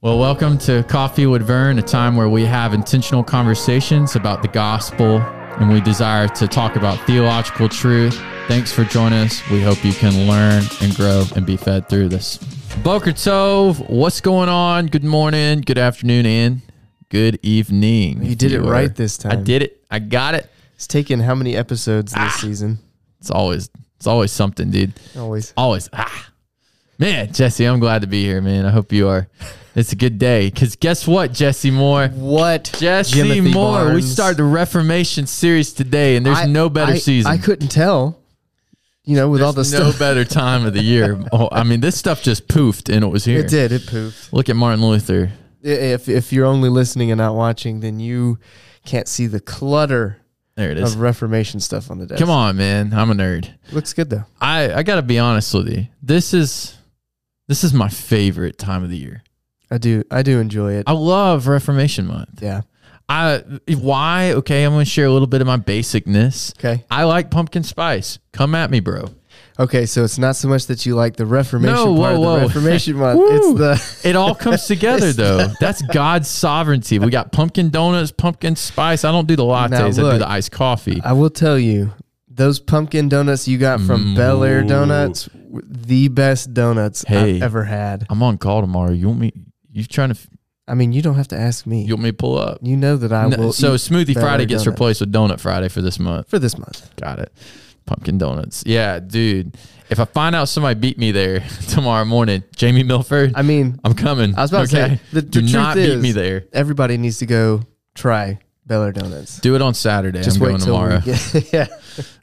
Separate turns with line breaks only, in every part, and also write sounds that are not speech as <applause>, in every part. Well, welcome to Coffee with Vern, a time where we have intentional conversations about the gospel and we desire to talk about theological truth. Thanks for joining us. We hope you can learn and grow and be fed through this. Boker Tov, what's going on? Good morning, good afternoon, and good evening.
You
if
did it
are-
right this
I
time.
did it. I got it.
It's taken how many episodes this season?
It's always it's always something, dude.
Always.
Always. Ah. Man, Jesse, I'm glad to be here, man. I hope you are. It's a good day. Cause guess what, Jesse Moore?
What?
Jesse
E.
Moore. We start the Reformation series today, and there's no better season.
I couldn't tell. You know, with all the
there's no
stuff.
better time of the
<laughs>
year. Oh, I mean, this stuff just poofed, and it was here.
It did. It poofed.
Look at Martin Luther.
I- If if you're only listening and not watching, then you can't see the clutter
There it is.
of Reformation stuff on the desk.
Come on, man. I'm a nerd.
Looks good though.
I I gotta be honest with you. This is this is my favorite time of the year.
I do. I do enjoy it.
I love Reformation Month.
yeah.
I why? Okay, I'm gonna share a little bit of my basicness.
Okay.
I like pumpkin spice. Come at me, bro.
Okay. So it's not so much that you like the Reformation
No,
part
whoa, whoa.
of the
<laughs>
Reformation month.
Woo.
It's the
It all comes together
<laughs>
though. That's God's sovereignty. We got pumpkin donuts, pumpkin spice. I don't do the
Now,
lattes. I do
look.
the iced coffee.
I will tell you, those pumpkin donuts you got from Bel Air Donuts, w- the best donuts
Hey.
I've ever had.
I'm on call tomorrow. You want me? You trying to?
I mean, you don't have to ask me.
You
you
want me to pull up?
know that I
No,
will.
so
eat
Smoothie
Bel Air
Friday gets
donuts
replaced with Donut Friday for this month.
for this month.
Got it. Pumpkin donuts. Yeah, dude. If I find out somebody beat me there <laughs> tomorrow morning, Jamie Milford,
I mean,
I'm coming.
I was about to say the, the
do
truth
not
is,
beat me there.
Everybody needs to go try Bel Air Donuts.
Do it on Saturday.
Just
I'm
wait
going
till
tomorrow.
we get, <laughs> yeah.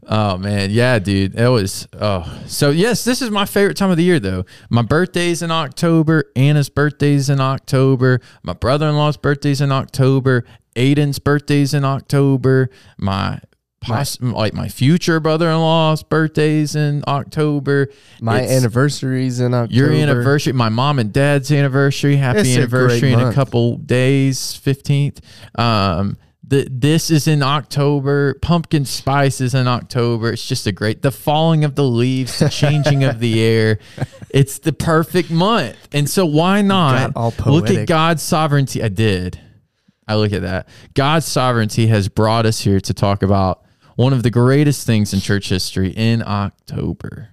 Oh man, yeah, dude. That was oh so yes, this is my favorite time of the year though. My birthday's in October, Anna's birthday's in October, my brother in law's birthday's in October, Aiden's birthday's in October, my poss- like my future brother in law's birthday's in October.
My
It's-
anniversary's in October.
your anniversary, my mom and dad's anniversary, happy
It's a great
anniversary in a
month.
couple days, 15th. Um, the, this is in October. Pumpkin spice is in October. It's just a great, the falling of the leaves, the changing of
<laughs>
the air. It's the perfect month. And so why not
got all
look at
poetic.
God's sovereignty? I did. I look at that. God's sovereignty has brought us here to talk about one of the greatest things in church history in October.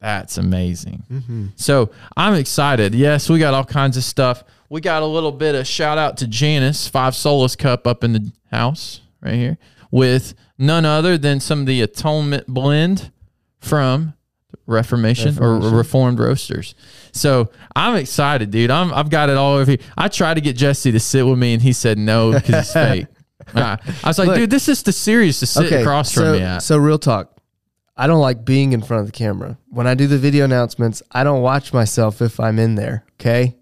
That's amazing. So I'm excited. Yes, we got all kinds of stuff. We got a little bit of shout out to Janice, Five Solas Cup up in the house right here with none other than some of the Atonement blend from Reformation, or Reformed Roasters. So I'm excited, dude. I'm, I've got it all over here. I tried to get Jesse to sit with me, and he said no because he's fake. Uh, I was like, dude, this is the serious to sit across from
so,
me at.
So real talk. I don't like being in front of the camera. When I do the video announcements, I don't watch myself if I'm in there. Okay.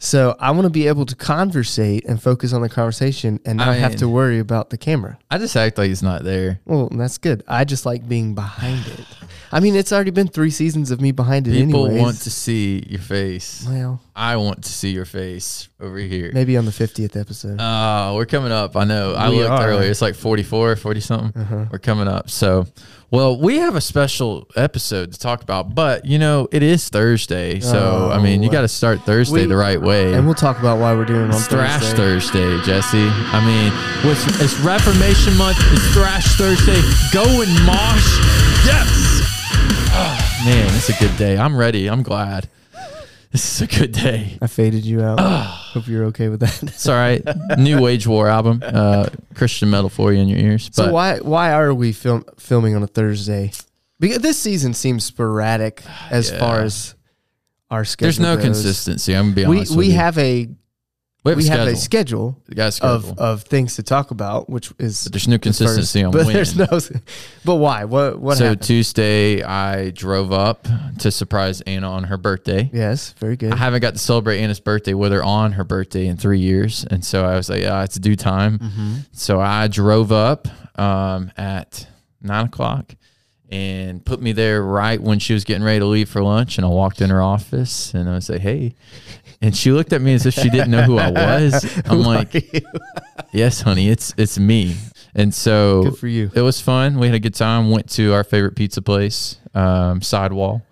So I want to be able to conversate and focus on the conversation and not
I
have
mean-
to worry about the camera.
I just act like he's not there.
Well, that's good. I just like being behind it. I mean, it's already been three seasons of me behind it
People
anyways.
want to see your face.
well,
I want to see your face over here.
maybe on the 50th episode.
Uh, we're coming up. I know. I
We
looked
are. Uh-huh.
earlier. It's like 44, 40 something. We're coming up. So, well, we have a special episode to talk about, but you know, it is Thursday. So, I mean, you
Oh.
got to start Thursday
We-
the right way.
and we'll talk about why we're doing it on
It's Thrash
Thursday.
Thursday, Jesse. I mean, which it's Reformation Month. It's Thrash Thursday. Go and mosh. Yes. Oh, man, it's a good day. I'm ready. I'm glad. This is a good day.
I faded you out. Hope you're okay with that.
It's all right. New Wage War album. Uh, Christian metal for you in your ears. But
So why why are we film, filming on a Thursday? Because this season seems
<sighs>
sporadic as
Yeah.
far as our schedule.
there's no
goes.
consistency. I'm gonna be
We
honest.
we
with
have a
you.
we have a schedule
We got a schedule.
of of things to talk about, which is
But there's no
the first-
consistency on
But
when.
there's no. But why? What what
so
happened?
Tuesday, I drove up to surprise Anna on her birthday.
yes, very good.
I haven't got to celebrate Anna's birthday with her on her birthday in three years. And so I was like, yeah, it's due time.
Mm-hmm.
So I drove up um, at nine o'clock and put me there right when she was getting ready to leave for lunch. And I walked in her office and I was like, hey. And she looked at me as if she didn't know who I
<laughs>
was. I'm like, yes, honey, it's it's me. And so
Good
<laughs>
for you.
it was fun. We had a good time. Went to our favorite pizza place, um, Sidewall.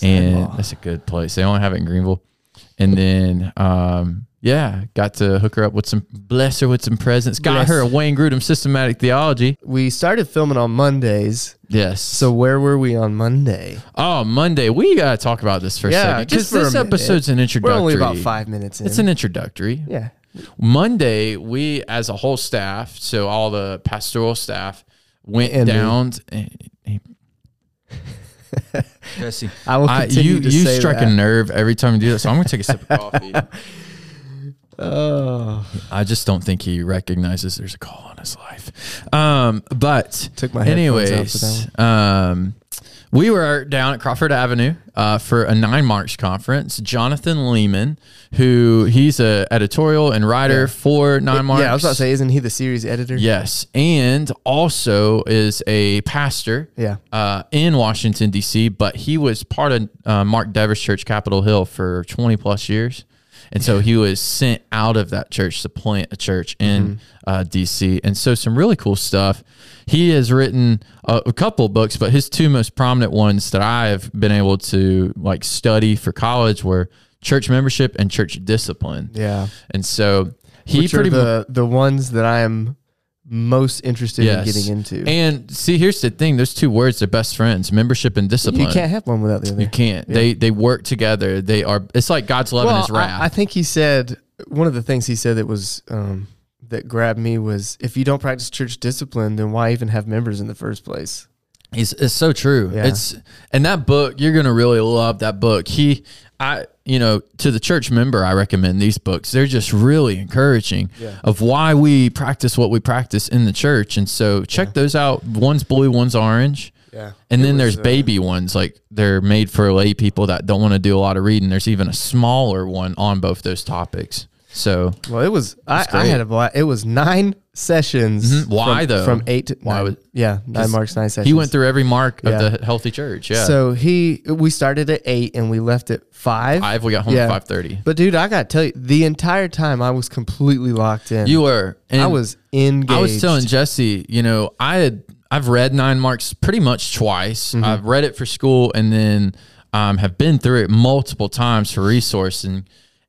And
Sidewall.
that's a good place. They only have it in Greenville. And then, um, yeah, got to hook her up with some, bless her with some presents. Got
Bless.
her a Wayne Grudem systematic theology.
We started filming on Mondays.
Yes.
So where were we on Monday?
oh, Monday, we got to talk about this for
Yeah,
a second. Because
just for a
this
minute.
episode's an
We're
introductory.
only about five minutes in.
It's an introductory.
yeah.
Monday, we as a whole staff, so all the pastoral staff went
And me.
down. t- and- and- Jesse,
I will
I,
continue
you
to
you
say
strike
that.
a nerve every time you do that. So I'm gonna take a
<laughs>
sip of coffee.
Oh,
I just don't think he recognizes there's a call on his life. Um, but
Took my headphones out for that
anyways, um, we were down at Crawford Avenue uh, for a nine march conference. Jonathan Lehman, who he's a editorial and writer
Yeah.
for nine march.
yeah. I was about to say, isn't he the series editor?
Yes, and also is a pastor.
Yeah.
Uh, in Washington D.C., but he was part of uh, Mark Dever's church, Capitol Hill, for 20 plus years, and so he was sent out of that church to plant a church in
Mm-hmm.
uh, D.C. And so some really cool stuff. He has written a, a couple books, but his two most prominent ones that I have been able to like study for college were church membership and church discipline.
Yeah.
And so he
Which
pretty
are the the ones that I am most interested
Yes.
in getting into.
And see, here's the thing: those two words are best friends: membership and discipline.
you can't have one without the other.
You can't. They they work together. They are. It's like God's love and His
I-
wrath.
I, think he said one of the things he said that was um, that grabbed me was if you don't practice church discipline, then why even have members in the first place?
It's, it's so true.
Yeah.
It's and that book you're gonna really love that book. He, I, you know, to the church member, I recommend these books. They're just really encouraging of why we practice what we practice in the church. And so check those out. One's blue, one's orange.
Yeah.
And then there's baby ones like they're made for lay people that don't want to do a lot of reading. There's even a smaller one on both those topics. So
Well, it was I, I
great.
had a bla- it was nine sessions.
Mhm. Why,
from,
though?
From eight to
Why
nine.
was-
yeah nine marks nine sessions.
he went through every mark
Yeah.
of the healthy church. Yeah. So
So he we started at eight and we left at five.
five, we got home
Yeah.
at five thirty.
But dude, I gotta tell you, the entire time I was completely locked in.
You were and
I was engaged.
I was telling Jesse, you know, I had I've read Nine Marks pretty much twice.
Mm-hmm.
I've read it for school and then um, have been through it multiple times for resourcing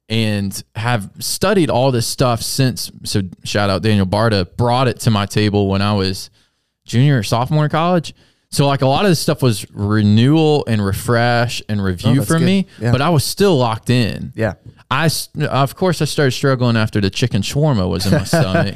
and have studied all this stuff since. So shout out Daniel Barta brought it to my table when I was junior or sophomore in college. So like a lot of this stuff was renewal and refresh and review
Oh, that's
for
good.
me,
Yeah.
but I was still locked in.
Yeah.
I s- of course I started struggling after the chicken shawarma was in
<laughs>
my stomach.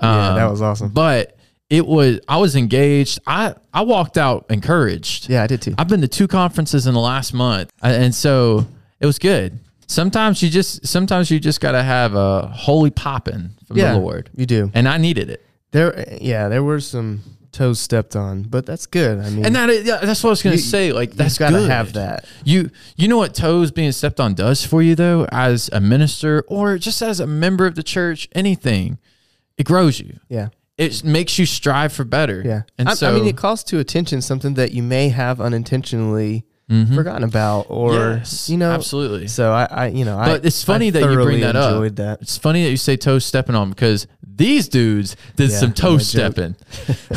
Yeah, that
Um,
was awesome.
But it was I was engaged. I I walked out encouraged.
Yeah, I did too.
I've been to two conferences in the last month, I- and so it was good. Sometimes you just sometimes you just gotta have a holy popping from
yeah,
the Lord,
You do.
and I needed it.
There, yeah, there were some toes stepped on, but that's good. I mean,
And that is- yeah, that's what I was gonna
You-
say. Like that's
you've got to
good.
have that.
You you know what toes being stepped on does for you though, as a minister or just as a member of the church, anything, it grows you.
Yeah,
It makes you strive for better.
yeah.
and
I,
so
I mean, it calls to attention something that you may have unintentionally forgotten about, or
Mm-hmm. Yes,
you know,
absolutely.
So I, I you know,
But
I,
it's funny
I
that you
thoroughly
bring that up.
Enjoyed that.
It's funny that you say toe stepping on because these dudes did
Yeah,
some toe
no joke.
stepping.
<laughs>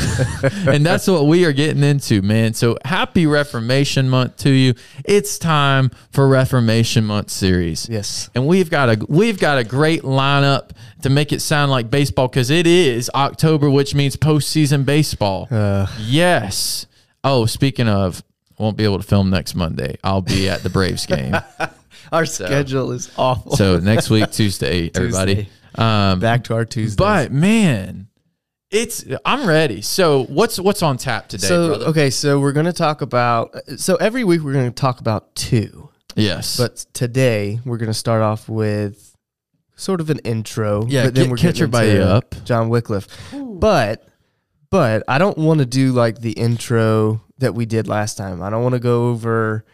and that's what we are getting into, man. So happy Reformation Month to you. It's time for Reformation Month series.
Yes.
And we've got a we've got a great lineup to make it sound like baseball because it is October, which means postseason baseball.
Uh,
Yes. Oh, speaking of, won't be able to film next Monday. I'll be at the Braves game.
our schedule is
<laughs>
awful.
so next week, Tuesday, everybody.
<laughs> Tuesday.
Um,
Back to our Tuesday.
but man, it's I'm ready. So what's what's on tap today,
so
brother?
okay, so we're gonna talk about. So every week we're gonna talk about two,
Yes.
but today we're gonna start off with sort of an intro.
Yeah,
but then
get-
we're
catch
catching
everybody up.
John Wycliffe. But but I don't want to do like the intro that we did last time. I don't want to go over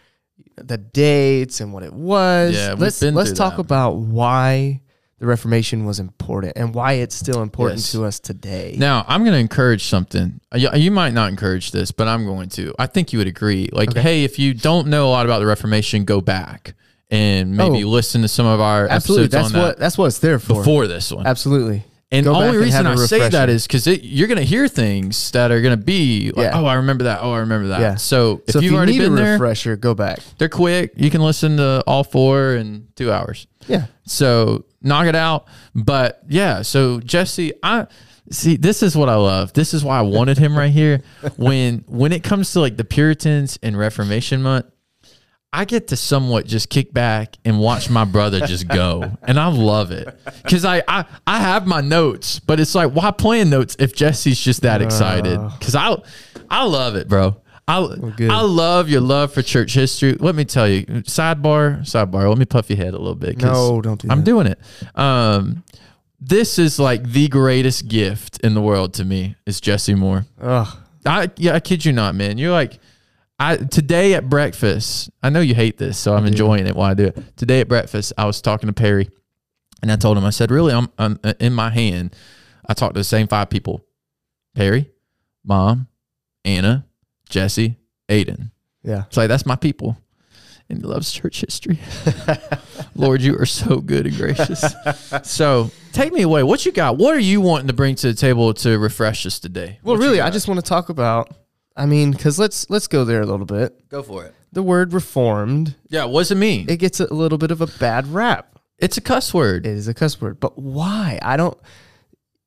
the dates and what it was.
Yeah, we've
let's
been
let's
through
talk
that.
about why the Reformation was important and why it's still important
Yes.
to us today.
Now, I'm going to encourage something. You, you might not encourage this, but I'm going to. I think you would agree. Like, hey, if you don't know a lot about the Reformation, go back and maybe
Oh.
listen to some of our
Absolutely,
episodes
that's
on
what that's what it's there
that
for.
before this one.
Absolutely.
And the
Go back
only
and
reason I
have a
say that
refresher.
is because you're going to hear things that are going to be like,
Yeah.
oh, I remember that. Oh, I remember that.
Yeah.
So if
so
you've
if you
already
need a
been there,
refresher, go back.
they're quick. You can listen to all four in two hours.
Yeah.
So knock it out. But yeah, so Jesse, I see this is what I love. This is why I wanted him right
<laughs>
here. When when it comes to like the Puritans and Reformation month, I get to somewhat just kick back and watch my brother just go. And I love it. Cause I, I I have my notes, but it's like why playing notes if Jesse's just that excited? Cause I I love it, bro. I
Ah. good.
I love your love for church history. Let me tell you, sidebar, sidebar. Let me puff your head a little bit. 'cause
No, don't do
I'm
that.
doing it. Um, this is like the greatest gift in the world to me is Jesse Moore.
Ugh.
I yeah, I kid you not, man. You're like I today at breakfast. I know you hate this, so I'm enjoying it while I do it. Today at breakfast, I was talking to Perry, and I told him I said, "Really, I'm, I'm uh, in my hand. I talked to the same five people: Perry, Mom, Anna, Jesse, Aiden.
Yeah.
It's like that's my people." And he loves church history. <laughs> Lord, you are so good and
<laughs>
gracious. so take me away. What you got? What are you wanting to bring to the table to refresh us today?
Well,
What you
really, I
got?
just want to talk about. I mean, because let's let's go there a little bit.
go for it.
The word reformed,
Yeah, what does it mean?
it gets a little bit of a bad rap.
it's a cuss word.
It is a cuss word, but why? I don't.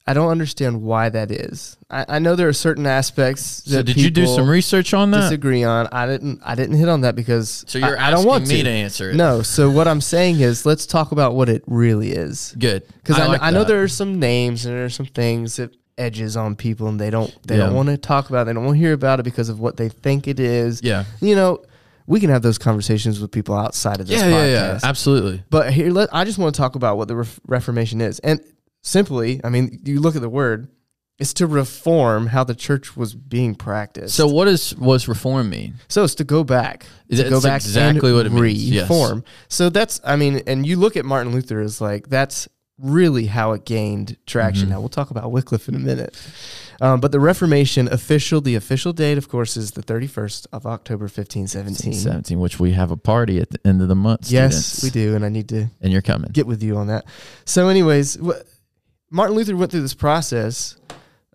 I don't understand why that is. I, I know there are certain aspects that
so did you do
people
some research on that?
disagree on. I didn't. I didn't hit on that because
So you're
I, I
asking
don't want
me to.
to.
answer it. <laughs>
No. So what I'm saying is, let's talk about what it really is.
Good.
Because I, kn-
like
I know
that.
there are some names and there are some things that edges on people, and they don't they
Yeah.
don't want to talk about. It. They don't want to hear about it because of what they think it is.
Yeah.
You know, we can have those conversations with people outside of this
Yeah,
podcast.
yeah, yeah. Absolutely.
But here, let, I just want to talk about what the ref- Reformation is, and simply, I mean, you look at the word. It's to reform how the church was being practiced.
So what does what's reform mean?
So it's to go back.
Is
to
it-
go
it's
back
exactly
and
what it means, yes.
reform. So that's I mean, and you look at Martin Luther as like that's really how it gained traction.
Mm-hmm.
Now we'll talk about Wycliffe in a minute. Um, but the Reformation official, the official date, of course, is the thirty first of October, fifteen seventeen.
17, which we have a party at the end of the month.
Yes,
students.
we do, and I need to
And you're coming.
get with you on that. So, anyways, wh- Martin Luther went through this process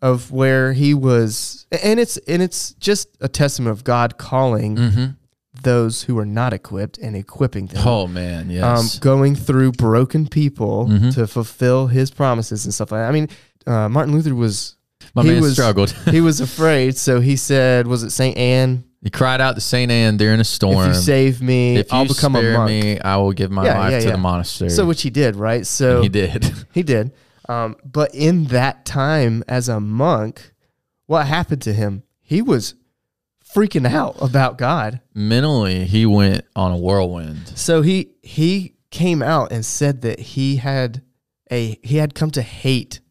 of where he was, and it's and it's just a testament of God calling
hmm
those who are not equipped and equipping them.
Oh man,
Um,
yes.
going through broken people
Mhm.
to fulfill his promises and stuff like that. I mean, uh, Martin Luther was
My
he
man
was-
struggled. <laughs>
he was afraid, so he said, "Was it Saint Anne?
he cried out to Saint Anne during a storm.
if you save me,
If
I'll
you
become a
spare
monk."
me, I will give my
Yeah,
life
yeah,
to
yeah.
the monastery.
So which he did, right? So
And he did. <laughs>
He did. Um, but in that time as a monk, what happened to him? He was freaking out about God.
Mentally, he went on a whirlwind.
So he he came out and said that he had a he had come to hate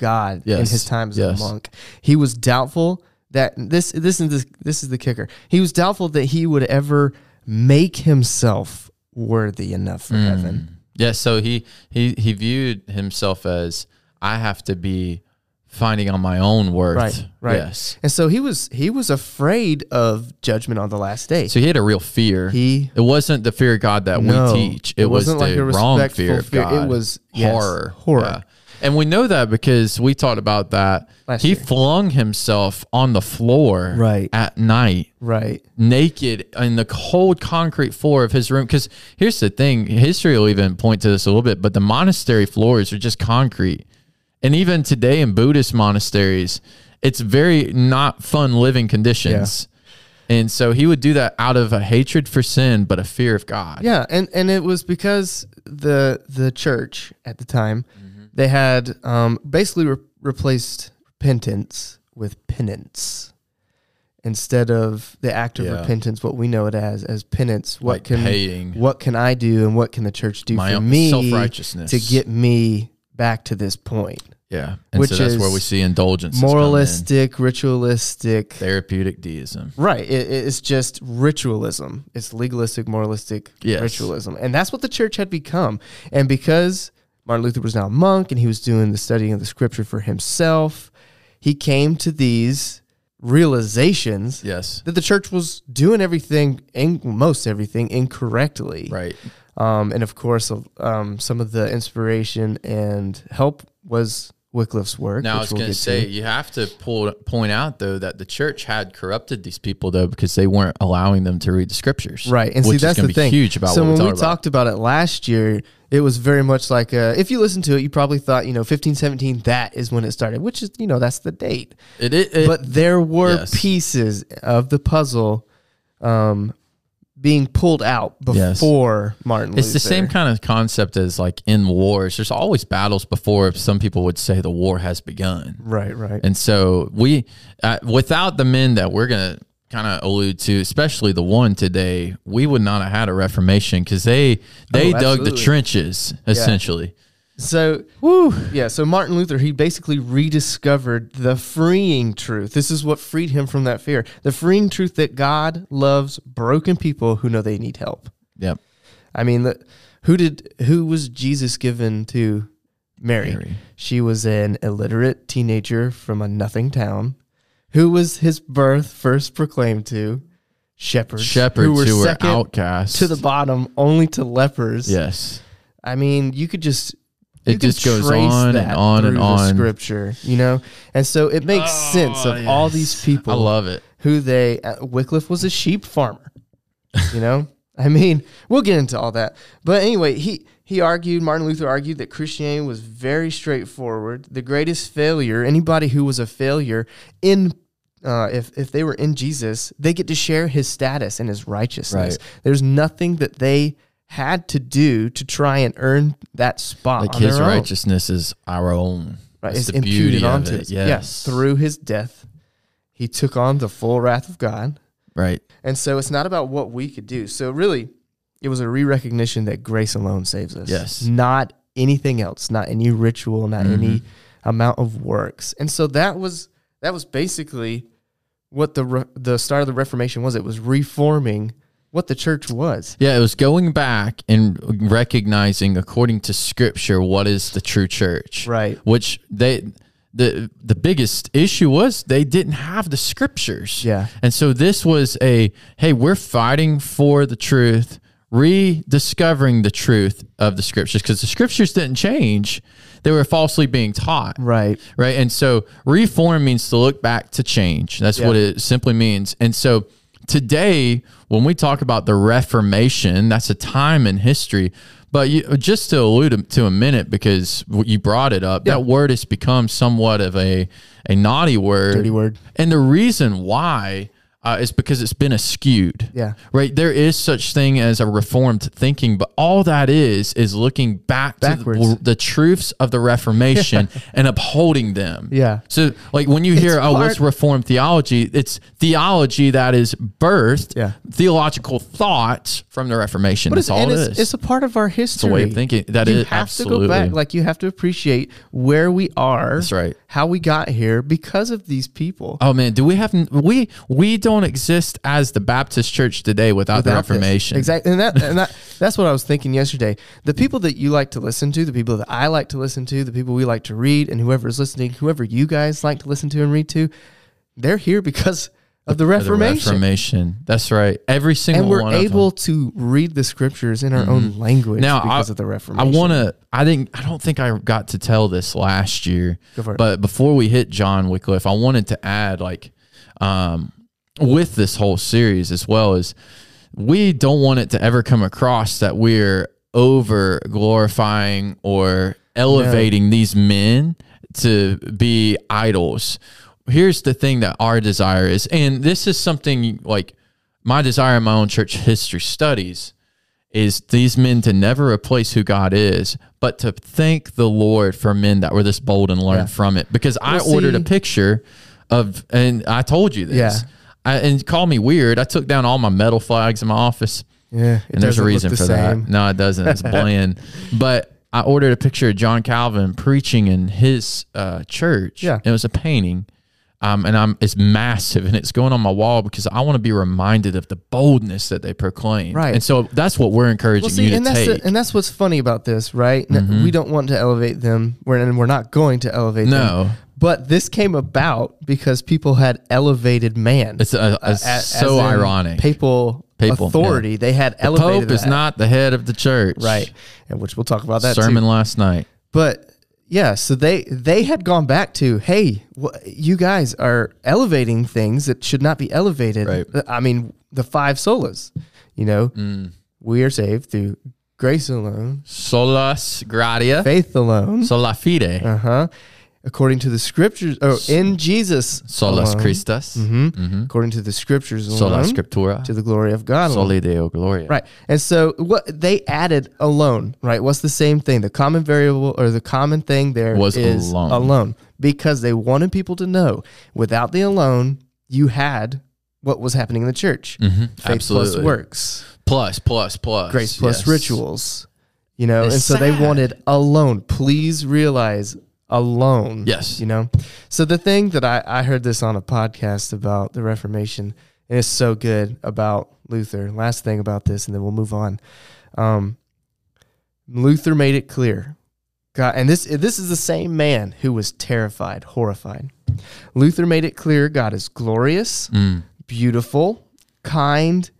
God in
Yes,
his time as
yes.
a monk. He was doubtful that this this is this, this is the kicker. He was doubtful that he would ever make himself worthy enough for
Mm.
heaven.
Yeah, so he he he viewed himself as I have to be finding on my own worth.
Right, right.
Yes.
And so he was he was afraid of judgment on the last day.
So he had a real fear.
he
it wasn't the fear of God that
No,
we teach. It,
it
was
wasn't
the
like a
wrong
respectful
fear of
fear. It
God.
was- yes,
horror.
horror.
And we know that because we talked about that.
Last
he
year.
flung himself on the floor
Right.
at night
right
naked in the cold concrete floor of his room. Because here's the thing history will even point to this a little bit, but the monastery floors are just concrete. And even today in Buddhist monasteries, it's very not fun living conditions. And so he would do that out of a hatred for sin, but a fear of God.
yeah and and it was because the the church at the time
Mm-hmm.
they had um basically re- replaced repentance with penance instead of the act of
Yeah.
repentance what we know it as as penance what
Like
can
paying.
what can i do and what can the church do
My
for
own
me
self-righteousness.
to get me back to this point
Yeah. And
Which
so that's where
is
we see indulgence.
moralistic ritualistic
Therapeutic deism.
Right. It, it- it's just ritualism. It's legalistic, moralistic
Yes.
ritualism. And that's what the church had become. And because Martin Luther was now a monk and he was doing the studying of the scripture for himself, he came to these realizations
Yes.
that the church was doing everything, in, most everything, incorrectly.
Right.
Um, and of course, um, some of the inspiration and help was Wycliffe's work.
Now I
which
was
we'll
going
get
to say you have to pull, point out though that the church had corrupted these people though because they weren't allowing them to read the scriptures.
Right, and see
which is
that's
gonna be
the thing.
Huge about
so
what we,
when we
talked about.
talked about it last year, it was very much like uh, if you listen to it, you probably thought you know fifteen seventeen. That is when it started, which is you know that's the date.
It, it, it-
but there were
yes.
pieces of the puzzle um, being pulled out
Yes.
before Martin.
it's the
Luther.
same kind of concept as like in wars. There's always battles before. Some people would say the war has begun.
Right, right.
And so we, uh, without the men that we're gonna kind of allude to, especially the one today, we would not have had a reformation because they they dug the
Oh, absolutely.
trenches essentially.
So,
Woo.
yeah, so Martin Luther, he basically rediscovered the freeing truth. This is what freed him from that fear. The freeing truth that God loves broken people who know they need help.
Yep.
I mean, the, who did who was Jesus given to Mary?
Mary.
She was an illiterate teenager from a nothing town. Who was his birth first proclaimed to? Shepherds.
Shepherds who were,
second
outcasts
to the bottom, only to lepers.
Yes.
I mean, you could just
It
you could
just goes
trace
on and
that
on and
through the
on. Oh,
scripture, you know, and so it makes sense of all these people
I love it.
who they uh, Wycliffe was a sheep farmer. You know, <laughs> I mean, we'll get into all that. But anyway, he he argued Martin Luther argued that Christianity was very straightforward. The greatest failure, anybody who was a failure in uh, if if they were in Jesus, they get to share his status and his righteousness.
Right.
There's nothing that they had to do to try and earn that spot.
Like
on
his
their own.
righteousness is our own.
Right,
That's
it's
the beauty
imputed
of
onto
it.
us.
Yes.
Yeah, through his death, he took on the full wrath of God.
right.
And so it's not about what we could do. So really, it was a re recognition that grace alone saves us.
Yes.
Not anything else, not any ritual, not any
Mm-hmm.
amount of works. And so that was that was basically what the re- the start of the Reformation was. It was reforming what the church was.
Yeah, it was going back and recognizing according to scripture what is the true church.
Right.
Which they the the biggest issue was they didn't have the scriptures.
Yeah.
And so this was a hey, we're fighting for the truth, rediscovering the truth of the scriptures because the scriptures didn't change. They were falsely being taught
Right.
right? And so reform means to look back to change. That's what it simply means. And so today, when we talk about the Reformation, that's a time in history. But you, just to allude to a minute, because you brought it up, that word has become somewhat of a a naughty word.
Dirty word.
And the reason why uh, is because it's been askewed.
Yeah.
Right. There is such thing as a reformed thinking, but all that is is looking back to
Backwards.
the, the truths of the
<laughs>
Reformation and upholding them.
Yeah.
So, like when you hear, "Oh, what's
part-
Reformed theology?" It's theology that is birthed
Yeah.
theological thoughts from the Reformation. That's all
and
it
it's,
is.
it's a part of our history.
way of thinking. That
That is
is- absolutely.
Like you have to appreciate where we are. That's
right.
How we got here because of these people.
Oh man, do we have we we don't exist as the Baptist Church today without, the Reformation?
Exactly. And that and
<laughs>
that that's what I was thinking yesterday. The people that you like to listen to, the people that I like to listen to, the people we like to read, and whoever is listening, whoever you guys like to listen to and read to, they're here because of the
The
Reformation.
Reformation. That's right. Every single
and we're
one of them. Mm-hmm.
able to read the scriptures in our own language
Now,
because
I-
of the
I
Reformation.
want to. I think I don't think I got to tell this last year,
Go for it.
but before we hit John Wycliffe, I wanted to add like, um, with this whole series as well is we don't want it to ever come across that we're over glorifying or elevating these men to be idols. Here's the thing that our desire is, and this is something like my desire in my own church history studies is these men to never replace who God is, but to thank the Lord for men that were this bold and learn from it. Because I
Well,
ordered a
see-
picture of, and I told you this.
Yeah.
I, and call me weird. I took down all my metal flags in my office,
Yeah, it
and there's a
doesn't look
reason
the
for
same.
that. No, it doesn't.
<laughs>
It's bland. But I ordered a picture of John Calvin preaching in his uh, church.
Yeah.
it was a painting. Um, and I'm it's massive and it's going on my wall because I want to be reminded of the boldness that they proclaim.
Right.
And so that's what we're encouraging you to
and that's
take. Mm-hmm.
The, and that's what's funny about this, right? N- We don't want to elevate them, we're, and we're not going to elevate them.
No.
But this came about because people had elevated man.
It's, uh, it's
A-
so
as in
ironic.
Papal,
Papal,
authority. They had elevated
Pope is
that.
not the head of the church.
right, and which we'll talk about that too.
Sermon last night.
But Yeah, so they they had gone back to, hey, wh- you guys are elevating things that should not be elevated.
Right. Mm.
I mean, the five solas, you know, we are saved through grace alone,
Solas gratia,
faith alone,
sola fide,
uh huh, according to the scriptures, or in Jesus,
solas Mm-hmm.
alone,
Christus,
mhm, according to the scriptures
sola
alone,
scriptura,
to the glory of God alone.
soli deo gloria.
Right. And so what they added alone, right? What's the same thing? The common variable or the common thing there
Was
is
alone.
because they wanted people to know without the alone, you had what was happening in the church.
Mhm,
Faith
Absolutely.
plus works,
Plus, plus, plus.
grace plus
yes.
rituals. You know,
It's
and so they
sad.
wanted alone. Please realize alone.
Yes.
You know? So the thing that I, I heard this on a podcast about the Reformation, and it's so good about Luther. Last thing about this, and then we'll move on. Um, Luther made it clear. God, and this this is the same man who was terrified, horrified. Luther made it clear God is glorious,
Mm,
beautiful, kind,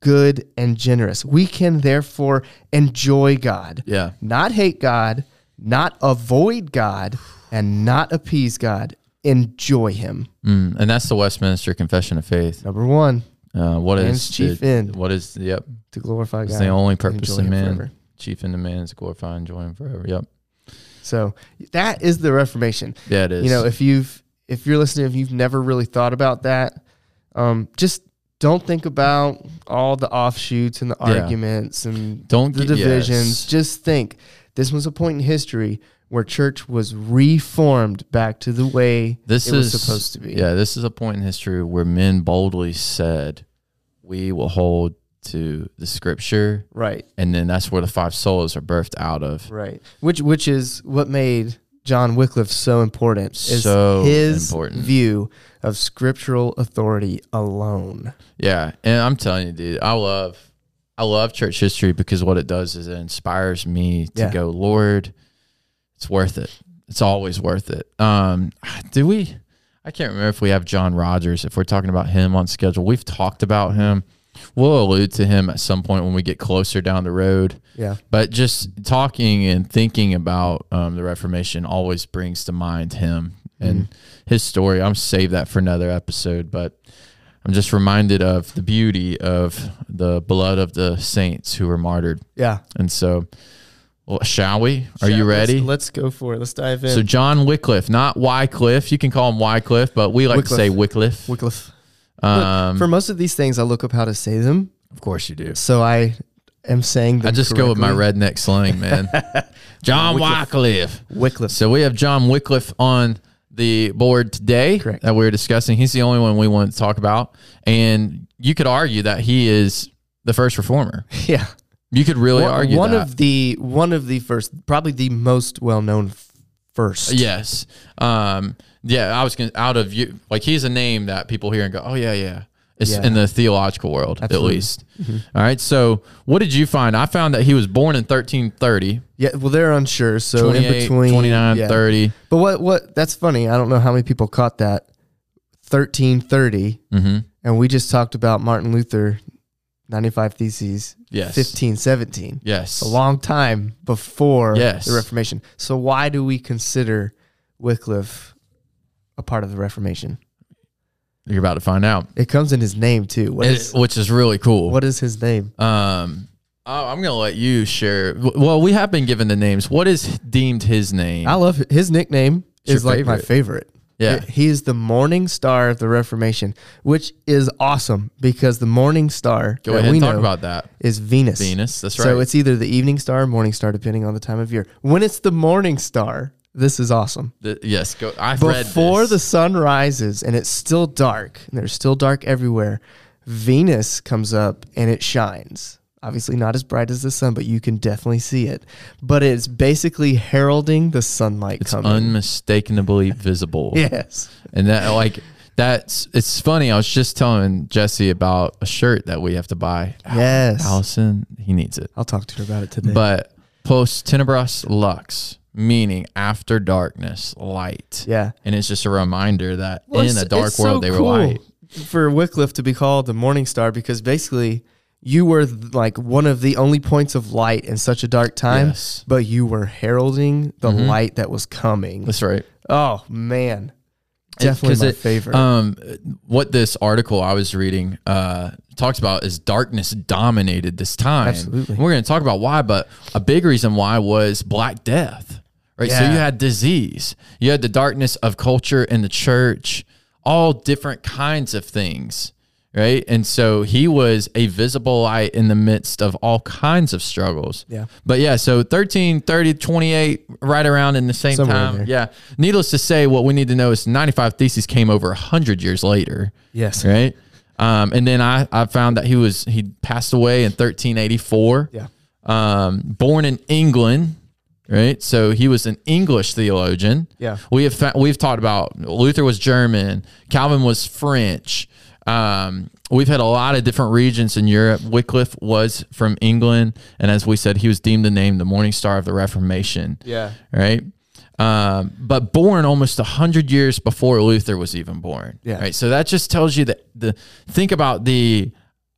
good, and generous. We can therefore enjoy God
yeah.
not hate God, not avoid God, and not appease God. Enjoy Him.
Mm, and that's the Westminster Confession of Faith.
Number one,
Uh, what is
Man's chief
the-
end.
What is yep?
to glorify
It's
God.
the only purpose
enjoy
of
him
man.
forever.
Chief end of man is glorify and enjoy him forever. Yep.
So that is the Reformation.
Yeah, it is.
You know, if you've if you're listening, if you've never really thought about that, um, just don't think about all the offshoots and the
Yeah.
arguments and
don't
the
get-
divisions.
yes.
Just think this was a point in history where church was reformed back to the way
This
it
is
was supposed to be.
Yeah, this is a point in history where men boldly said, "We will hold to the Scripture,"
Right.
and then that's where the five solas are birthed out of.
Right. Which which is what made John Wycliffe so important is
So
his
important.
view of scriptural authority alone.
Yeah, and I'm telling you, dude, I love, I love church history because what it does is it inspires me to
Yeah.
go, Lord, it's worth it. It's always worth it. Um, do we? I can't remember if we have John Rogers. If we're talking about him on schedule, we've talked about him. We'll allude to him at some point when we get closer down the road.
Yeah.
But just talking and thinking about um, the Reformation always brings to mind him and his story. I'm save that for another episode, but I'm just reminded of the beauty of the blood of the saints who were martyred.
Yeah.
And so, well, shall we? Are
Chad,
you ready?
Let's, let's go for it. Let's dive in.
so John Wycliffe, not Wycliffe. You can call him Wycliffe, but we like to
Wycliffe.
say Wycliffe.
Wycliffe. Look,
Um,
for most of these things, I look up how to say them,
of course you do.
so I am saying them.
I just go with my
correctly.
redneck slang, <laughs> man. John Wycliffe. <laughs>
Wycliffe.
So we have John Wycliffe on the board today
Correct.
that we're discussing. He's the only one we want to talk about. And you could argue that he is the first reformer.
Yeah.
You could really
one
argue
one
that.
of the one of the first, probably the most well known f- first.
yes. Um, yeah, I was gonna out of you like he's a name that people hear and go, Oh yeah, yeah. It's
Yeah.
in the theological world,
Absolutely. Mm-hmm.
at least. All right. So what did you find? I found that he was born in thirteen thirty,
Yeah. Well, they're unsure, so in
28,
between
29,
yeah.
30.
But what what that's funny. I don't know how many people caught that. Thirteen thirty,
Mm-hmm.
and we just talked about Martin Luther, ninety five theses,
Yes.
fifteen seventeen.
Yes.
A long time before
Yes.
the Reformation. So why do we consider Wycliffe a part of the Reformation?
You're about to find out.
It comes in his name too. What
It-
is
which is really cool.
what is his name?
Um, I- I'm gonna let you share. w- Well, we have been given the names. What is deemed his name?
I love his nickname.
It's
is
your
like my favorite.
yeah,
It- He is the morning star of the Reformation, which is awesome because the morning star
go
that
ahead
we
and talk
know
about that.
is Venus.
Venus. That's right.
So it's either the evening star or morning star, depending on the time of year. When it's the morning star, this is awesome.
The- yes. Go. I've read
Before the
this.
sun rises and it's still dark, and there's still dark everywhere, Venus comes up and it shines. Obviously, not as bright as the sun, but you can definitely see it. But it's basically heralding the sunlight
It's
coming. <laughs>
unmistakably visible.
yes.
And that like that's it's funny. I was just telling Jesse about a shirt that we have to buy.
Yes.
Allison, he needs it.
I'll talk to her about it today.
But post tenebras lux, meaning after darkness, light.
yeah.
And it's just a reminder that
Well,
in
it's-
a dark
it's
world
so
they were
cool
light.
For Wycliffe to be called the morning star because basically you were th- like one of the only points of light in such a dark time,
Yes. Mm-hmm.
but you were heralding the light that was coming.
That's right.
Oh man,
It-
definitely
'cause
my
it-
favorite.
Um, what this article I was reading uh, talks about is darkness dominated this time.
Absolutely.
We're going to talk about why, but a big reason why was Black Death, right? So
Yeah.
you had disease, you had the darkness of culture and the church, all different kinds of things, right? And so he was a visible light in the midst of all kinds of struggles.
Yeah.
But yeah, so 13, 30, 28, right around in the same
Somewhere in
time.
there.
Yeah. Needless to say, what we need to know is 95 Theses came over 100 years later,
yes.
right? Um, and then I, I found that he was he passed away in 1384.
Yeah.
Um, born in England, right? So he was an English theologian.
Yeah.
We have fa- we've talked about Luther was German, Calvin was French. Um, we've had a lot of different regions in Europe. Wycliffe was from England, and as we said, he was deemed the name the Morning Star of the Reformation
Yeah.
right? Um, but born almost hundred years before Luther was even born.
Yeah.
Right. So that just tells you that the think about the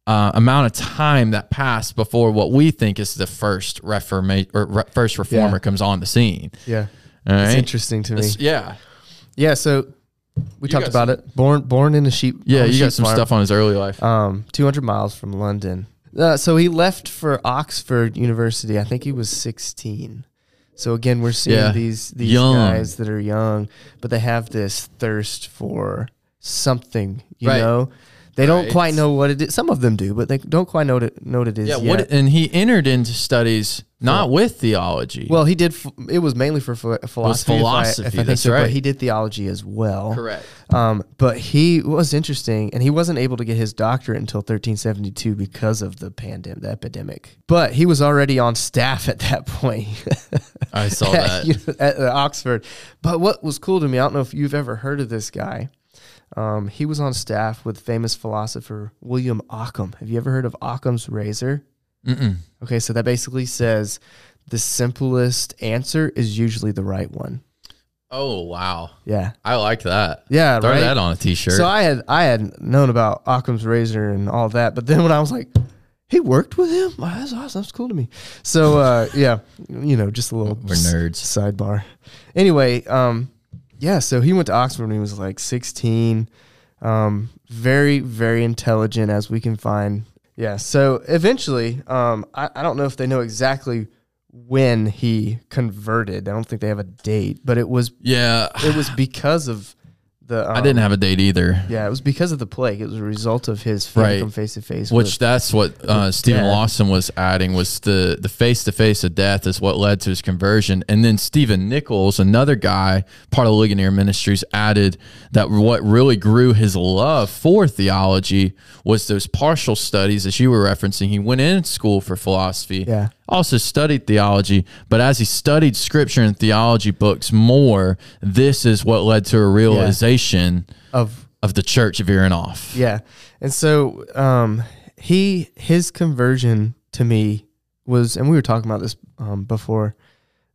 uh, amount of time that passed before what we think is the first reformation or re- first reformer
Yeah.
comes on the scene.
Yeah.
All
It's
right.
interesting to me.
It's- yeah.
yeah. So we talked
got
about it. Born born in a sheep.
Yeah.
on a
You got
sheep
some
farm.
stuff on his early life.
um, 200 miles from London. Uh, so he left for Oxford University. I think he was 16. So again, we're seeing
Yeah.
these these
Young.
guys that are young, but they have this thirst for something. You
Right.
know, they don't
Right.
quite know what it is. Some of them do, but they don't quite know what it, know what it is
yeah.
yet.
What? And he entered into studies not with theology.
well, he did. F- it was mainly for ph- philosophy. if I-
philosophy,
if I, think
that's
so,
right.
But he did theology as well.
correct.
Um, but he was interesting, and he wasn't able to get his doctorate until 1372 because of the pandemic, the epidemic. But he was already on staff at that <laughs> point
I saw
<laughs> at,
that.
you know, at, uh, Oxford. But what was cool to me, I don't know if you've ever heard of this guy. Um, he was on staff with famous philosopher William Occam. Have you ever heard of Occam's razor?
Mm-mm.
Okay, so that basically says the simplest answer is usually the right one.
Oh wow.
Yeah,
I like that.
yeah,
Throw
right.
that on a t-shirt.
So I had I had known about Occam's razor and all that, but then when I was like, he worked with him. Wow, that's awesome. That's cool to me.
<laughs>
So uh, yeah, you know, just a little
We're nerds.
sidebar. Anyway, um, yeah. So he went to Oxford when he was like 16. Um, very very intelligent as we can find. Yeah. So eventually, um, I, I don't know if they know exactly when he converted. I don't think they have a date, but it was
yeah.
it
<sighs>
was because of the um,
I didn't have a date either.
yeah, it was because of the plague. It was a result of his
Right.
fear from face to face.
Which that's what uh, Stephen
death.
Lawson was adding was the the face to face of death is what led to his conversion, and then Stephen Nichols, another guy part of Ligonier Ministries, added that what really grew his love for theology was those partial studies as you were referencing. He went in school for philosophy,
Yeah.
also studied theology, but as he studied scripture and theology books more, this is what led to a realization
of
of the church veering off.
yeah, and so um, he his conversion to me was, and we were talking about this um, before.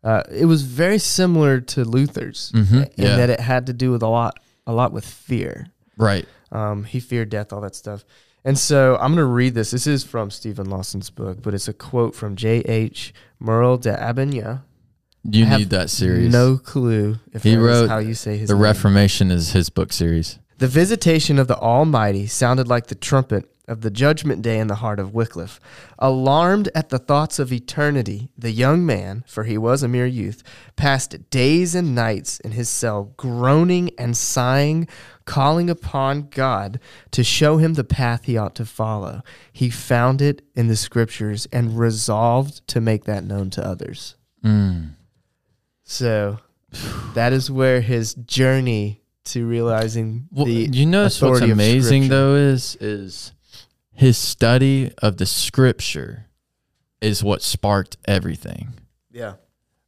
Uh, it was very similar to Luther's,
Mhm,
in
yeah.
that it had to do with a lot, a lot with fear.
Right.
Um, he feared death, all that stuff. And so I'm going to read this. This is from Stephen Lawson's book, but it's a quote from J.H. Merle de Abignan.
You
I have
need that series.
No clue if
He
that is
wrote
how you say his
The
name.
Reformation is his book series.
The visitation of the Almighty sounded like the trumpet of the judgment day in the heart of Wycliffe. Alarmed at the thoughts of eternity, the young man, for he was a mere youth, passed days and nights in his cell, groaning and sighing, calling upon God to show him the path he ought to follow. He found it in the scriptures and resolved to make that known to others. So that is where his journey to realizing
Well,
the
you notice what's
authority of
amazing
Scripture.
though is is his study of the scripture is what sparked everything.
yeah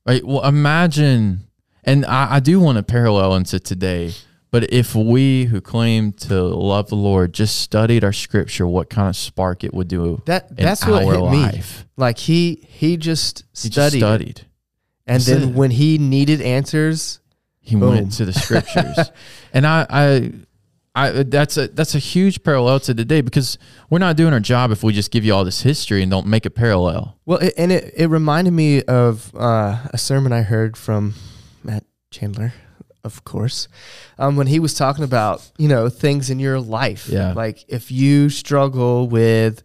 Right. Well, imagine, and I, I do want to parallel into today. But if we who claim to love the Lord just studied our scripture, what kind of spark it would do
that
in
that's
our
what hit me.
life?
Like he he just
He
studied,
just studied.
and
That's
then
it.
when he needed answers,
He
Boom. <laughs>
went to the scriptures, and I, I, I that's a that's a huge parallel to today because we're not doing our job if we just give you all this history and don't make a parallel.
Well, it, and it, it reminded me of uh, a sermon I heard from Matt Chandler, of course, um, when he was talking about, you know, things in your life.
Yeah.
Like if you struggle with,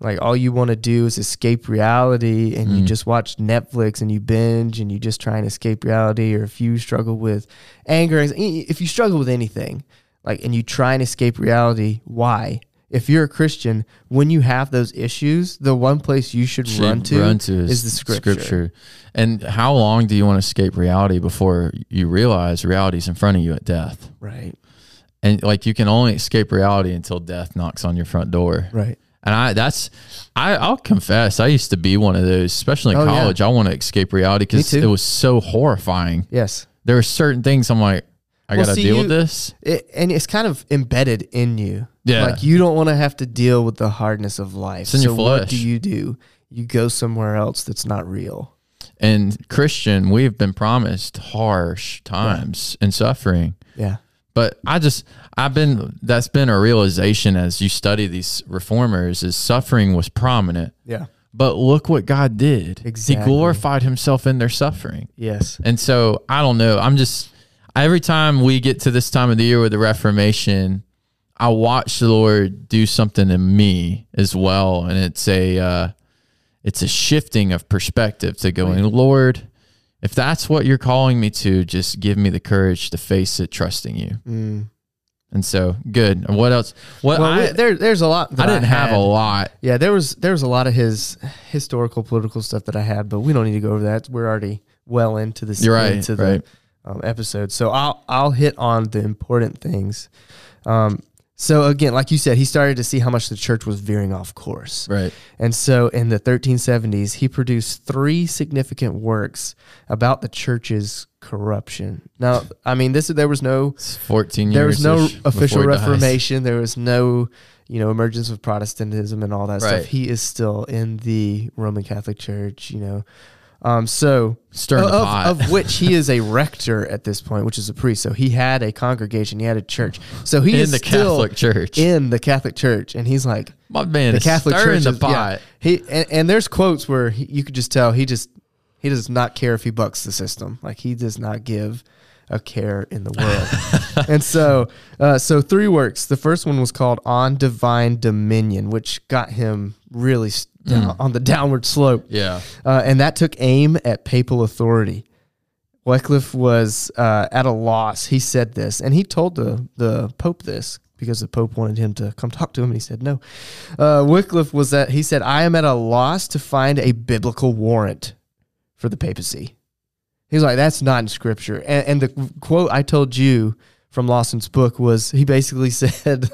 like, all you want to do is escape reality and you just watch Netflix and you binge and you just try and escape reality, or if you struggle with anger, anxi- if you struggle with anything, like, and you try and escape reality, why? If you're a Christian, when you have those issues, the one place you should, run to, is, the scripture.
And how long do you want to escape reality before you realize reality's in front of you at death?
Right,
And like you can only escape reality until death knocks on your front door.
right.
And I that's I I'll confess I used to be one of those, especially in
Oh, yeah.
college. I want to escape reality because
too.
it was so horrifying.
Yes.
There are certain things I'm like, I
Well,
gotta
see,
deal
you-
with this.
It, and it's kind of embedded in you.
Yeah.
Like you don't want to have to deal with the hardness of life.
in
so
your
what
flesh.
do you do? You go somewhere else that's not real.
And Christian, we've been promised harsh times and suffering.
Yeah.
But I just I've been that's been a realization as you study these reformers is suffering was prominent.
Yeah.
But look what God did.
Exactly.
He glorified himself in their suffering.
Yes.
And so I don't know. I'm just every time we get to this time of the year with the Reformation, I watch the Lord do something in me as well, and it's a uh, it's a shifting of perspective to going, Lord, if that's what you're calling me to, just give me the courage to face it, trusting you.
Mm.
And so good. And what else? What
Well,
I,
we- there, there's a lot. That
I didn't have
had.
a lot.
Yeah, there was there was a lot of his historical political stuff that I had, but we don't need to go over that. We're already well into this
You're right,
into
right.
the um, episode, so I'll I'll hit on the important things. Um, so again, like you said, he started to see how much the church was veering off course,
Right.
and so in the 1370s, he produced three significant works about the church's corruption. Now, I mean, this there was no
It's 14
there
years.
was no official reformation. There was no, you know, emergence of Protestantism and all that
Right.
stuff. He is still in the Roman Catholic Church, you know. Um, so
Stirring the
of,
pot. <laughs>
of which he is a rector at this point, which is a priest. So he had a congregation, he had a church. So he
in
is
the
still
Catholic Church.
in the Catholic Church, and he's like
My man
the
is
Catholic
stirring
Church
the
is- yeah.
pot.
he and, and there's quotes where he, you could just tell he just he does not care if he bucks the system. Like he does not give a care in the
<laughs>
world. and so uh, so three works. The first one was called On Divine Dominion, which got him really s-
Hmm.
down, on the downward slope.
Yeah.
Uh, and that took aim at papal authority. Wycliffe was uh, at a loss. He said this, and he told the, the Pope this because the Pope wanted him to come talk to him, and he said no. Uh, Wycliffe was that he said, I am at a loss to find a biblical warrant for the papacy. He's like, that's not in scripture. And, and the quote I told you from Lawson's book was he basically <laughs> said,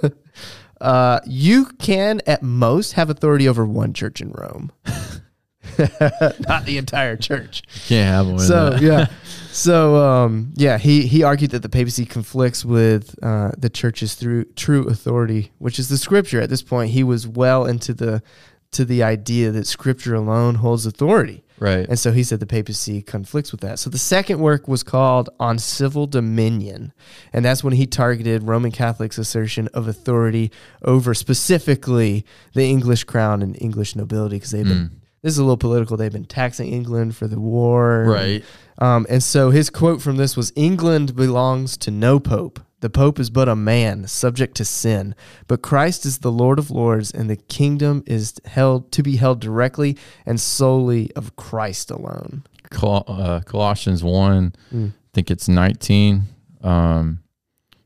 uh, You can at most have authority over one church in Rome, <laughs> not the entire church.
Can't have one.
So, yeah. So, um, yeah, he, he argued that the papacy conflicts with uh, the church's through true authority, which is the scripture. At this point, he was well into the to the idea that scripture alone holds authority.
right.
And so he said the papacy conflicts with that. So the second work was called On Civil Dominion. And that's when he targeted Roman Catholics' assertion of authority over specifically the English crown and English nobility, because they've
Hmm.
been, this is a little political, they've been taxing England for the war.
Right.
Um, and so his quote from this was England belongs to no pope. The pope is but a man, subject to sin. But Christ is the Lord of lords, and the kingdom is held to be held directly and solely of Christ alone.
Col- uh, Colossians 1,
Mm.
I think it's 19. Um,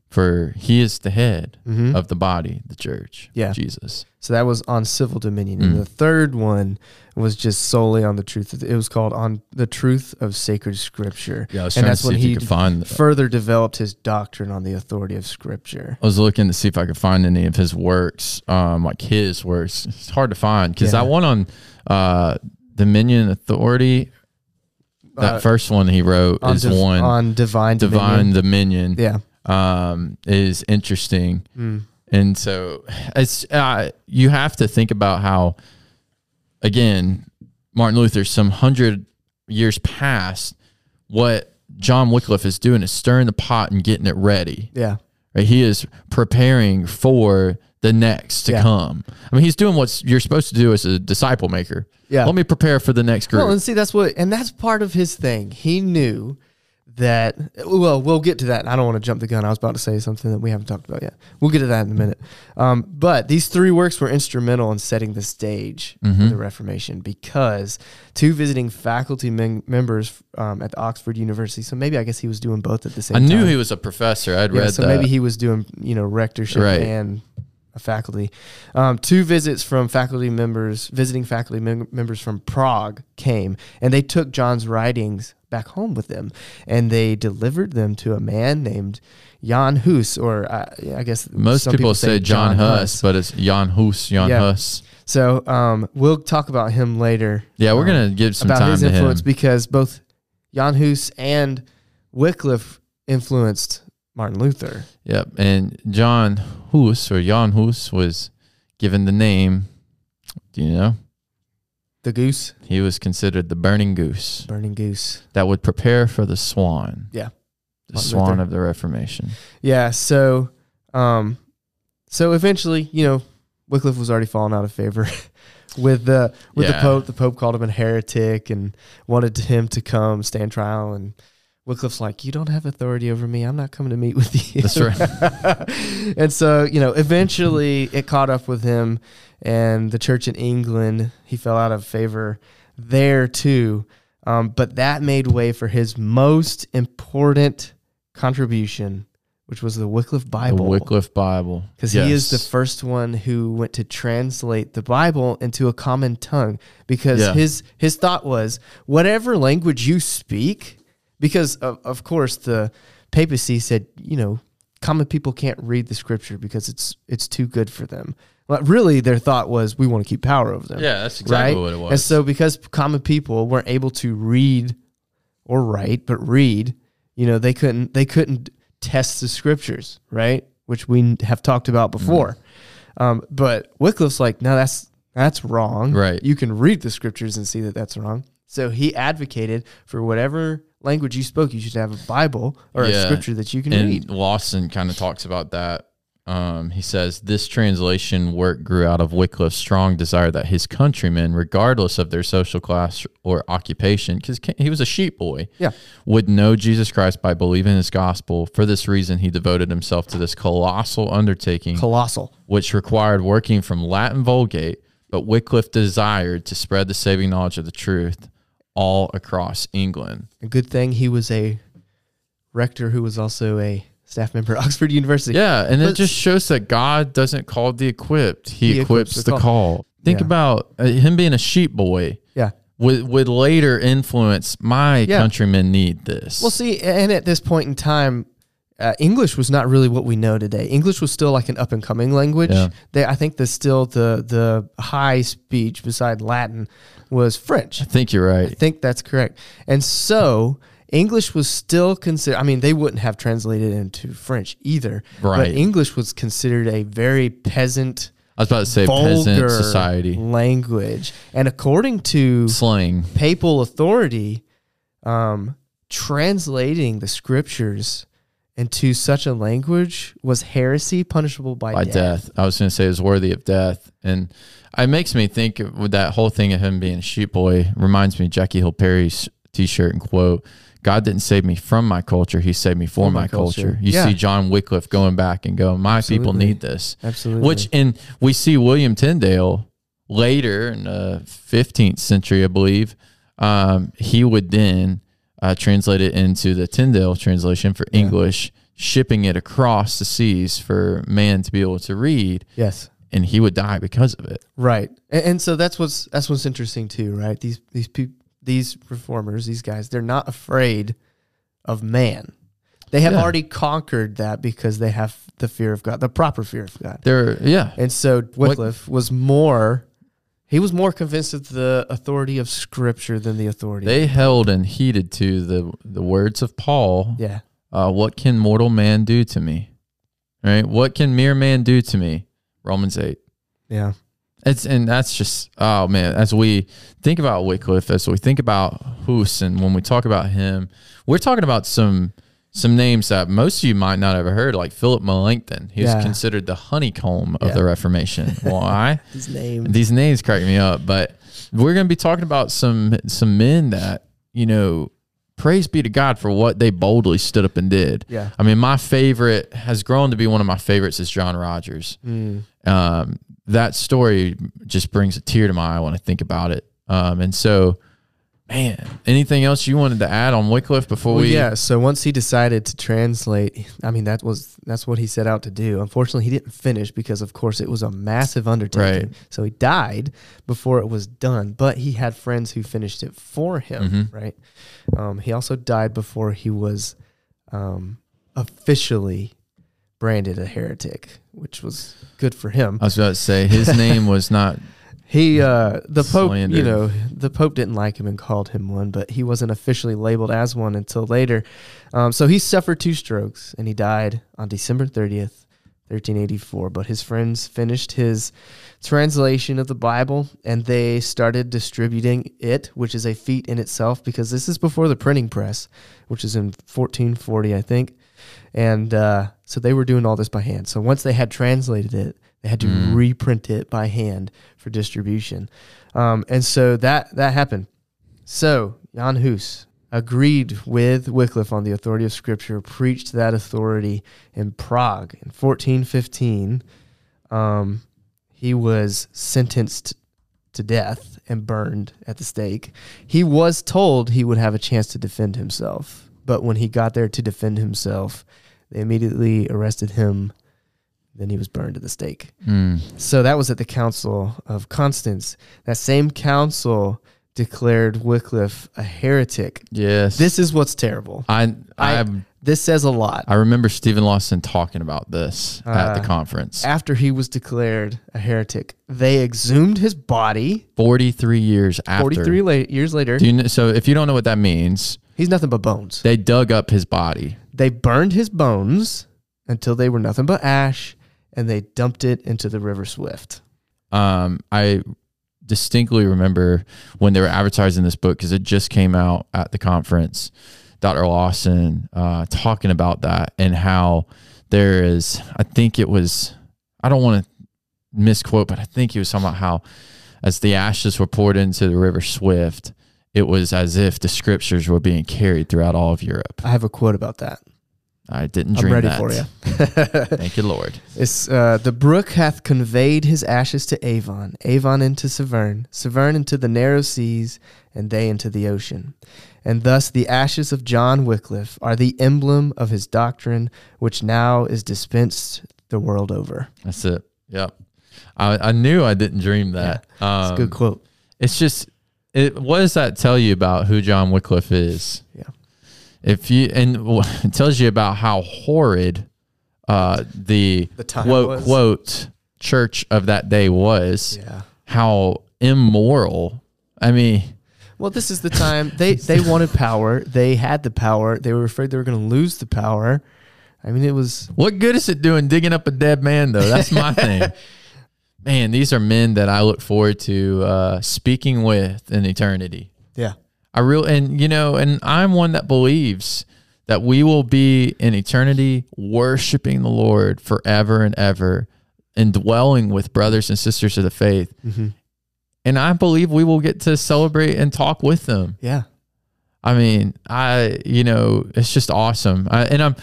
for he is the head of the body, the church.
Hmm? Yeah.
Jesus.
So that was on civil dominion.
Mm.
And the third one was just solely on the truth. Of, it was called on the truth of sacred scripture.
Yeah. I was
and
trying
that's
to see
when
if
he
you could find.
further developed his doctrine on the authority of scripture.
I was looking to see if I could find any of his works, um, like his works. It's hard to find because
Yeah.
that one on uh, Dominion Authority, that
Uh,
first one he wrote
On,
is
div-
one.
on divine
Divine Dominion.
dominion. Yeah.
um, is interesting.
Mm.
And so it's uh, you have to think about how again Martin Luther some 100 years past what John Wycliffe is doing is stirring the pot and getting it ready.
Yeah.
Right? He is preparing for the next to
Yeah.
come. I mean, he's doing what you're supposed to do as a disciple maker.
Yeah.
Let me prepare for the next group.
Well, and see, that's what, and that's part of his thing. He knew that. Well, we'll get to that. I don't want to jump the gun. I was about to say something that we haven't talked about yet. We'll get to that in a minute. Um, but these three works were instrumental in setting the stage
Mm-hmm.
for the Reformation because two visiting faculty men- members um, at the Oxford University. So maybe I guess he was doing both at the same
I
time.
knew he was a professor. I'd
Yeah,
read
so
that.
maybe he was doing you know rectorship
Right.
and a faculty. Um, two visits from faculty members, visiting faculty mem- members from Prague came, and they took John's writings back home with them, and they delivered them to a man named Jan Hus, or uh, I guess
Most
some
people, say John, Huss, but it's Jan Hus, Jan
Yeah.
Hus.
So um, we'll talk about him later.
Yeah, we're
um,
gonna give some
about
time
his
to
influence
him.
because both Jan Hus and Wycliffe influenced Martin Luther.
Yep. And John Hus or Jan Hus was given the name. Do you know?
The goose,
He was considered the burning goose
burning goose.
that would prepare for the swan.
Yeah.
The
Martin
swan
Luther.
of the Reformation.
Yeah, so um so eventually, you know, Wycliffe was already fallen out of favor <laughs> with the with the
Yeah.
Pope. The Pope called him a heretic and wanted him to come stand trial and Wycliffe's like, You don't have authority over me. I'm not coming to meet with you.
That's right.
<laughs> and so, you know, eventually it caught up with him and the church in England, he fell out of favor there too. Um, but that made way for his most important contribution, which was the Wycliffe
The
Bible.
Wycliffe Bible.
Because he is the
Yes.
first one who went to translate the Bible into a common tongue. Because
Yeah.
his his thought was whatever language you speak, because of, of course the papacy said, you know, common people can't read the scripture because it's it's too good for them. But really, their thought was we want to keep power over them.
Yeah, that's exactly
right?
what it was.
And so because common people weren't able to read or write, but read, you know, they couldn't they couldn't test the scriptures, right? Which we have talked
Mm.
about before. Um, but Wycliffe's like, no, that's that's wrong.
Right.
You can read the scriptures and see that that's wrong. So he advocated for whatever language you spoke, you should have a Bible or a
Yeah.
scripture that you can read.
and Lawson kind of talks about that. Um, he says this translation work grew out of Wycliffe's strong desire that his countrymen, regardless of their social class or occupation, because he was a sheep boy,
Yeah.
would know Jesus Christ by believing his gospel. For this reason, he devoted himself to this colossal undertaking,
Colossal.
which required working from Latin Vulgate. But Wycliffe desired to spread the saving knowledge of the truth all across England.
A good thing he was a rector who was also a staff member at Oxford University.
Yeah, and it
But-
just shows that God doesn't call the equipped; He,
He
equips,
equips the
the call. Think
Yeah.
about uh, him being a sheep boy
Yeah.
would would later influence my
Yeah.
countrymen need this.
Well, see, and at this point in time, uh, English was not really what we know today. English was still like an up and coming language.
Yeah.
They, I think the still the the high speech beside Latin was French.
I think you're right.
I think that's correct. And so English was still considered. I mean, they wouldn't have translated into French either.
Right.
But English was considered a very peasant,
I was about to say
vulgar
peasant society
language. And according to
slang.
papal authority um, translating the scriptures into such a language was heresy punishable by,
by
death.
death. I was going to say is worthy of death, and it makes me think of with that whole thing of him being a sheep boy reminds me of Jackie Hill Perry's T-shirt and quote. God didn't save me from my culture; He saved me for, my, culture. You
Yeah.
see John Wycliffe going back and going, "My people
Absolutely.
need this,"
Absolutely.
which, and we see William Tyndale later in the 15th century, I believe. Um, he would then uh, translate it into the Tyndale translation for English, shipping it across the seas for man to be able to read,
yes,
and he would die because of it.
right. And, and so that's what's that's what's interesting too, right? These these peop these reformers, these guys, they're not afraid of man. They have
Yeah.
already conquered that because they have the fear of God, the proper fear of God.
There, yeah,
And so Wycliffe was more he was more convinced of the authority of scripture than the authority.
they held and heeded to the the words of Paul.
yeah.
uh, what can mortal man do to me? Right? What can mere man do to me? Romans eight.
Yeah.
It's and that's just oh man. As we think about Wycliffe, as we think about Hoos, and when we talk about him, we're talking about some some names that most of you might not have heard, like Philip Melanchthon. He
Yeah.
was considered the honeycomb of
Yeah.
the Reformation.
<laughs>
Why?
His name.
These names crack me up, but we're going to be talking about some some men that you know. Praise be to God for what they boldly stood up and did.
Yeah.
I mean, my favorite has grown to be one of my favorites is John Rogers.
Mm.
Um, that story just brings a tear to my eye when I think about it. Um, and so, man, anything else you wanted to add on Wycliffe before
Well,
we?
yeah. So once he decided to translate, I mean, that was that's what he set out to do. Unfortunately, he didn't finish because, of course, it was a massive undertaking.
Right.
So he died before it was done. But he had friends who finished it for him.
Mm-hmm.
Right. Um, he also died before he was um, officially branded a heretic, which was good for him.
I was about to say his
<laughs>
name was not
He uh the pope, you
Slander.
know, the pope didn't like him and called him one, but he wasn't officially labeled as one until later. Um, so he suffered two strokes and he died on December 30th, 1384, but his friends finished his translation of the Bible and they started distributing it, which is a feat in itself because this is before the printing press, which is in 1440, I think. And uh, so they were doing all this by hand. So once they had translated it, they had to reprint it by hand for distribution. Um, and so that, that happened. So Jan Hus agreed with Wycliffe on the authority of Scripture, preached that authority in Prague in 1415. Um, he was sentenced to death and burned at the stake. He was told he would have a chance to defend himself, but when he got there to defend himself, they immediately arrested him. Then he was burned at the stake.
mm,
So that was at the Council of Constance. That same council declared Wycliffe a heretic.
yes.
This is what's terrible.
I I
I- This says a lot.
I remember Stephen Lawson talking about this at the
Uh,
conference.
After he was declared a heretic, they exhumed his body.
Forty three years after.
43 la- years later,
Do you know, so if you don't know what that means,
he's nothing but bones.
they dug up his body.
They burned his bones until they were nothing but ash, and they dumped it into the River Swift.
Um, I distinctly remember when they were advertising this book because it just came out at the conference. Dr. Lawson uh, talking about that and how there is, I think it was, I don't want to misquote, but I think he was talking about how as the ashes were poured into the river swift, it was as if the scriptures were being carried throughout all of Europe.
I have a quote about that.
I didn't
I'm
dream
ready
that.
for you.
Thank you, Lord.
<laughs> It's uh, the brook hath conveyed his ashes to Avon, Avon into Severn, Severn into the narrow seas, and they into the ocean. And thus the ashes of John Wycliffe are the emblem of his doctrine, which now is dispensed the world over.
That's it. Yep. I, I knew I didn't dream that.
It's
Um,
a good quote.
it's just it what does that tell you about who john wycliffe is
Yeah.
if you and w- it tells you about how horrid uh the,
The time
quote
was.
quote church of that day was
Yeah.
how immoral i mean
Well, this is the time they they wanted power. They had the power. They were afraid they were going to lose the power. I mean, it was
what good is it doing digging up a dead man though that's
<laughs>
my thing man these are men that i look forward to uh speaking with in eternity
yeah.
I real and you know, and I'm one that believes that we will be in eternity worshiping the Lord forever and ever and dwelling with brothers and sisters of the faith.
Mhm.
And I believe we will get to celebrate and talk with them.
Yeah.
I mean, I you know, it's just awesome. I, and I'm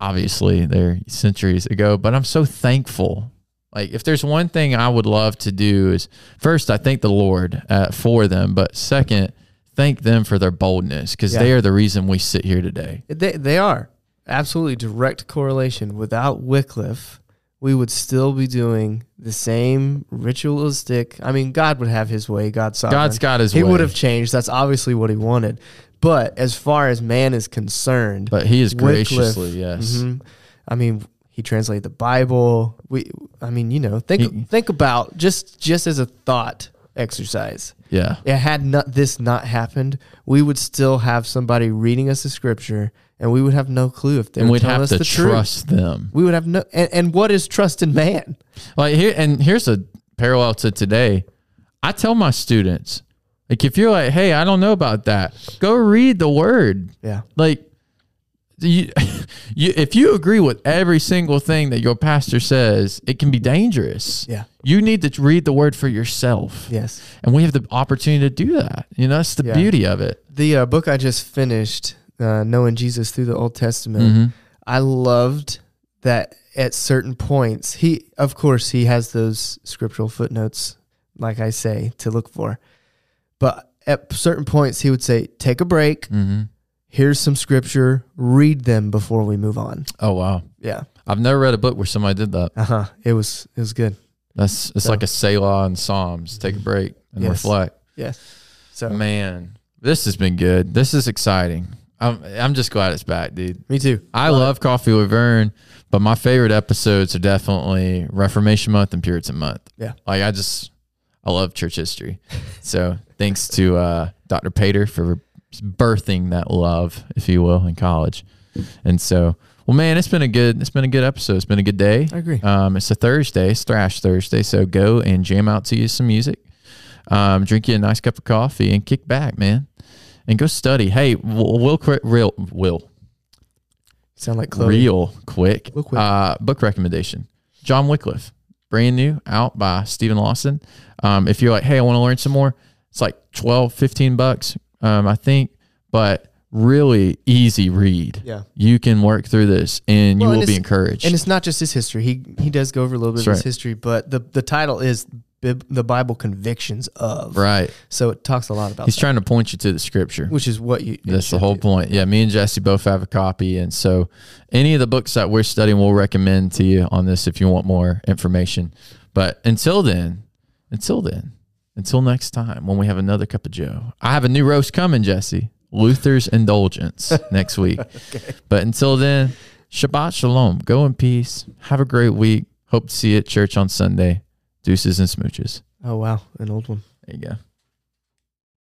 obviously they're centuries ago, but I'm so thankful. Like if there's one thing I would love to do is first I thank the Lord uh, for them, but second thank them for their boldness because they
Yeah.
are the reason we sit here today.
They they are absolutely direct correlation. Without Wycliffe, we would still be doing the same ritualistic. I mean, God would have His way. God's sovereign.
God's got His
He
way.
would have changed. That's obviously what He wanted. But as far as man is concerned,
But He is
Wycliffe,
graciously yes.
mhm. I mean, he translated the Bible. We, I mean, you know, think
He-
think about just just as a thought exercise.
Yeah,
Yeah, had not this not happened, we would still have somebody reading us the scripture, and we would have no clue if they
and
were
we'd
telling
have
us
to
the truth.
trust them.
We would have no. And, and what is trust in man?
Like here, and here's a parallel to today. I tell my students, like, if you're like, hey, I don't know about that, go read the word.
Yeah,
Like, you, <laughs> you, if you agree with every single thing that your pastor says, it can be dangerous.
Yeah.
You need to read the word for yourself.
Yes.
And we have the opportunity to do that. You know, that's the
Yeah.
beauty of it.
The uh, book I just finished, uh, Knowing Jesus Through the Old Testament, I loved that at certain points, he, of course, he has those scriptural footnotes, like I say, to look for. But at certain points, he would say, Take a break.
Mm-hmm.
Here's some scripture. Read them before we move on.
Oh, wow.
Yeah.
I've never read a book where somebody did that.
Uh huh. It was, it was good.
That's it's
So-
like a Selah and Psalms. Take a break and
Yes.
reflect.
Yes. So,
Man, this has been good. This is exciting. I'm I'm just glad it's back, dude.
me too.
I love Coffee with Vern, but my favorite episodes are definitely Reformation Month and Puritan Month.
Yeah.
Like I just I love church history. so thanks to uh, Dr. Pater for birthing that love, if you will, in college. And so well man, it's been a good it's been a good episode. It's been a good day.
I agree.
Um, it's a Thursday, it's Thrash Thursday. So go and jam out to you some music, um, drink you a nice cup of coffee, and kick back, man. And go study. Hey, will, will quick, real, will
Sound like Chloe.
real quick.
Real quick.
Uh, book recommendation: John Wycliffe, brand new, out by Stephen Lawson. Um, if you're like, hey, I want to learn some more, it's like 12, 15 bucks, um, I think, but really easy read.
Yeah.
You can work through this, and
Well,
you
and
will be
it's-
encouraged.
And it's not just his history. He he does go over a little bit
That's
of
right.
his history, but the the title is Bib, the Bible convictions of.
right.
So it talks a lot about
He's
that,
trying to point you to the scripture.
which is what you.
That's the whole point. Yeah, me and Jesse both have a copy, and so any of the books that we're studying, we'll recommend to you on this if you want more information. But until then, until then, until next time when we have another cup of Joe, I have a new roast coming, Jesse. Luther's Indulgence next week. But until then, Shabbat Shalom. Go in peace. Have a great week. Hope to see you at church on Sunday. Deuces and smooches.
Oh wow, an old one.
There you go.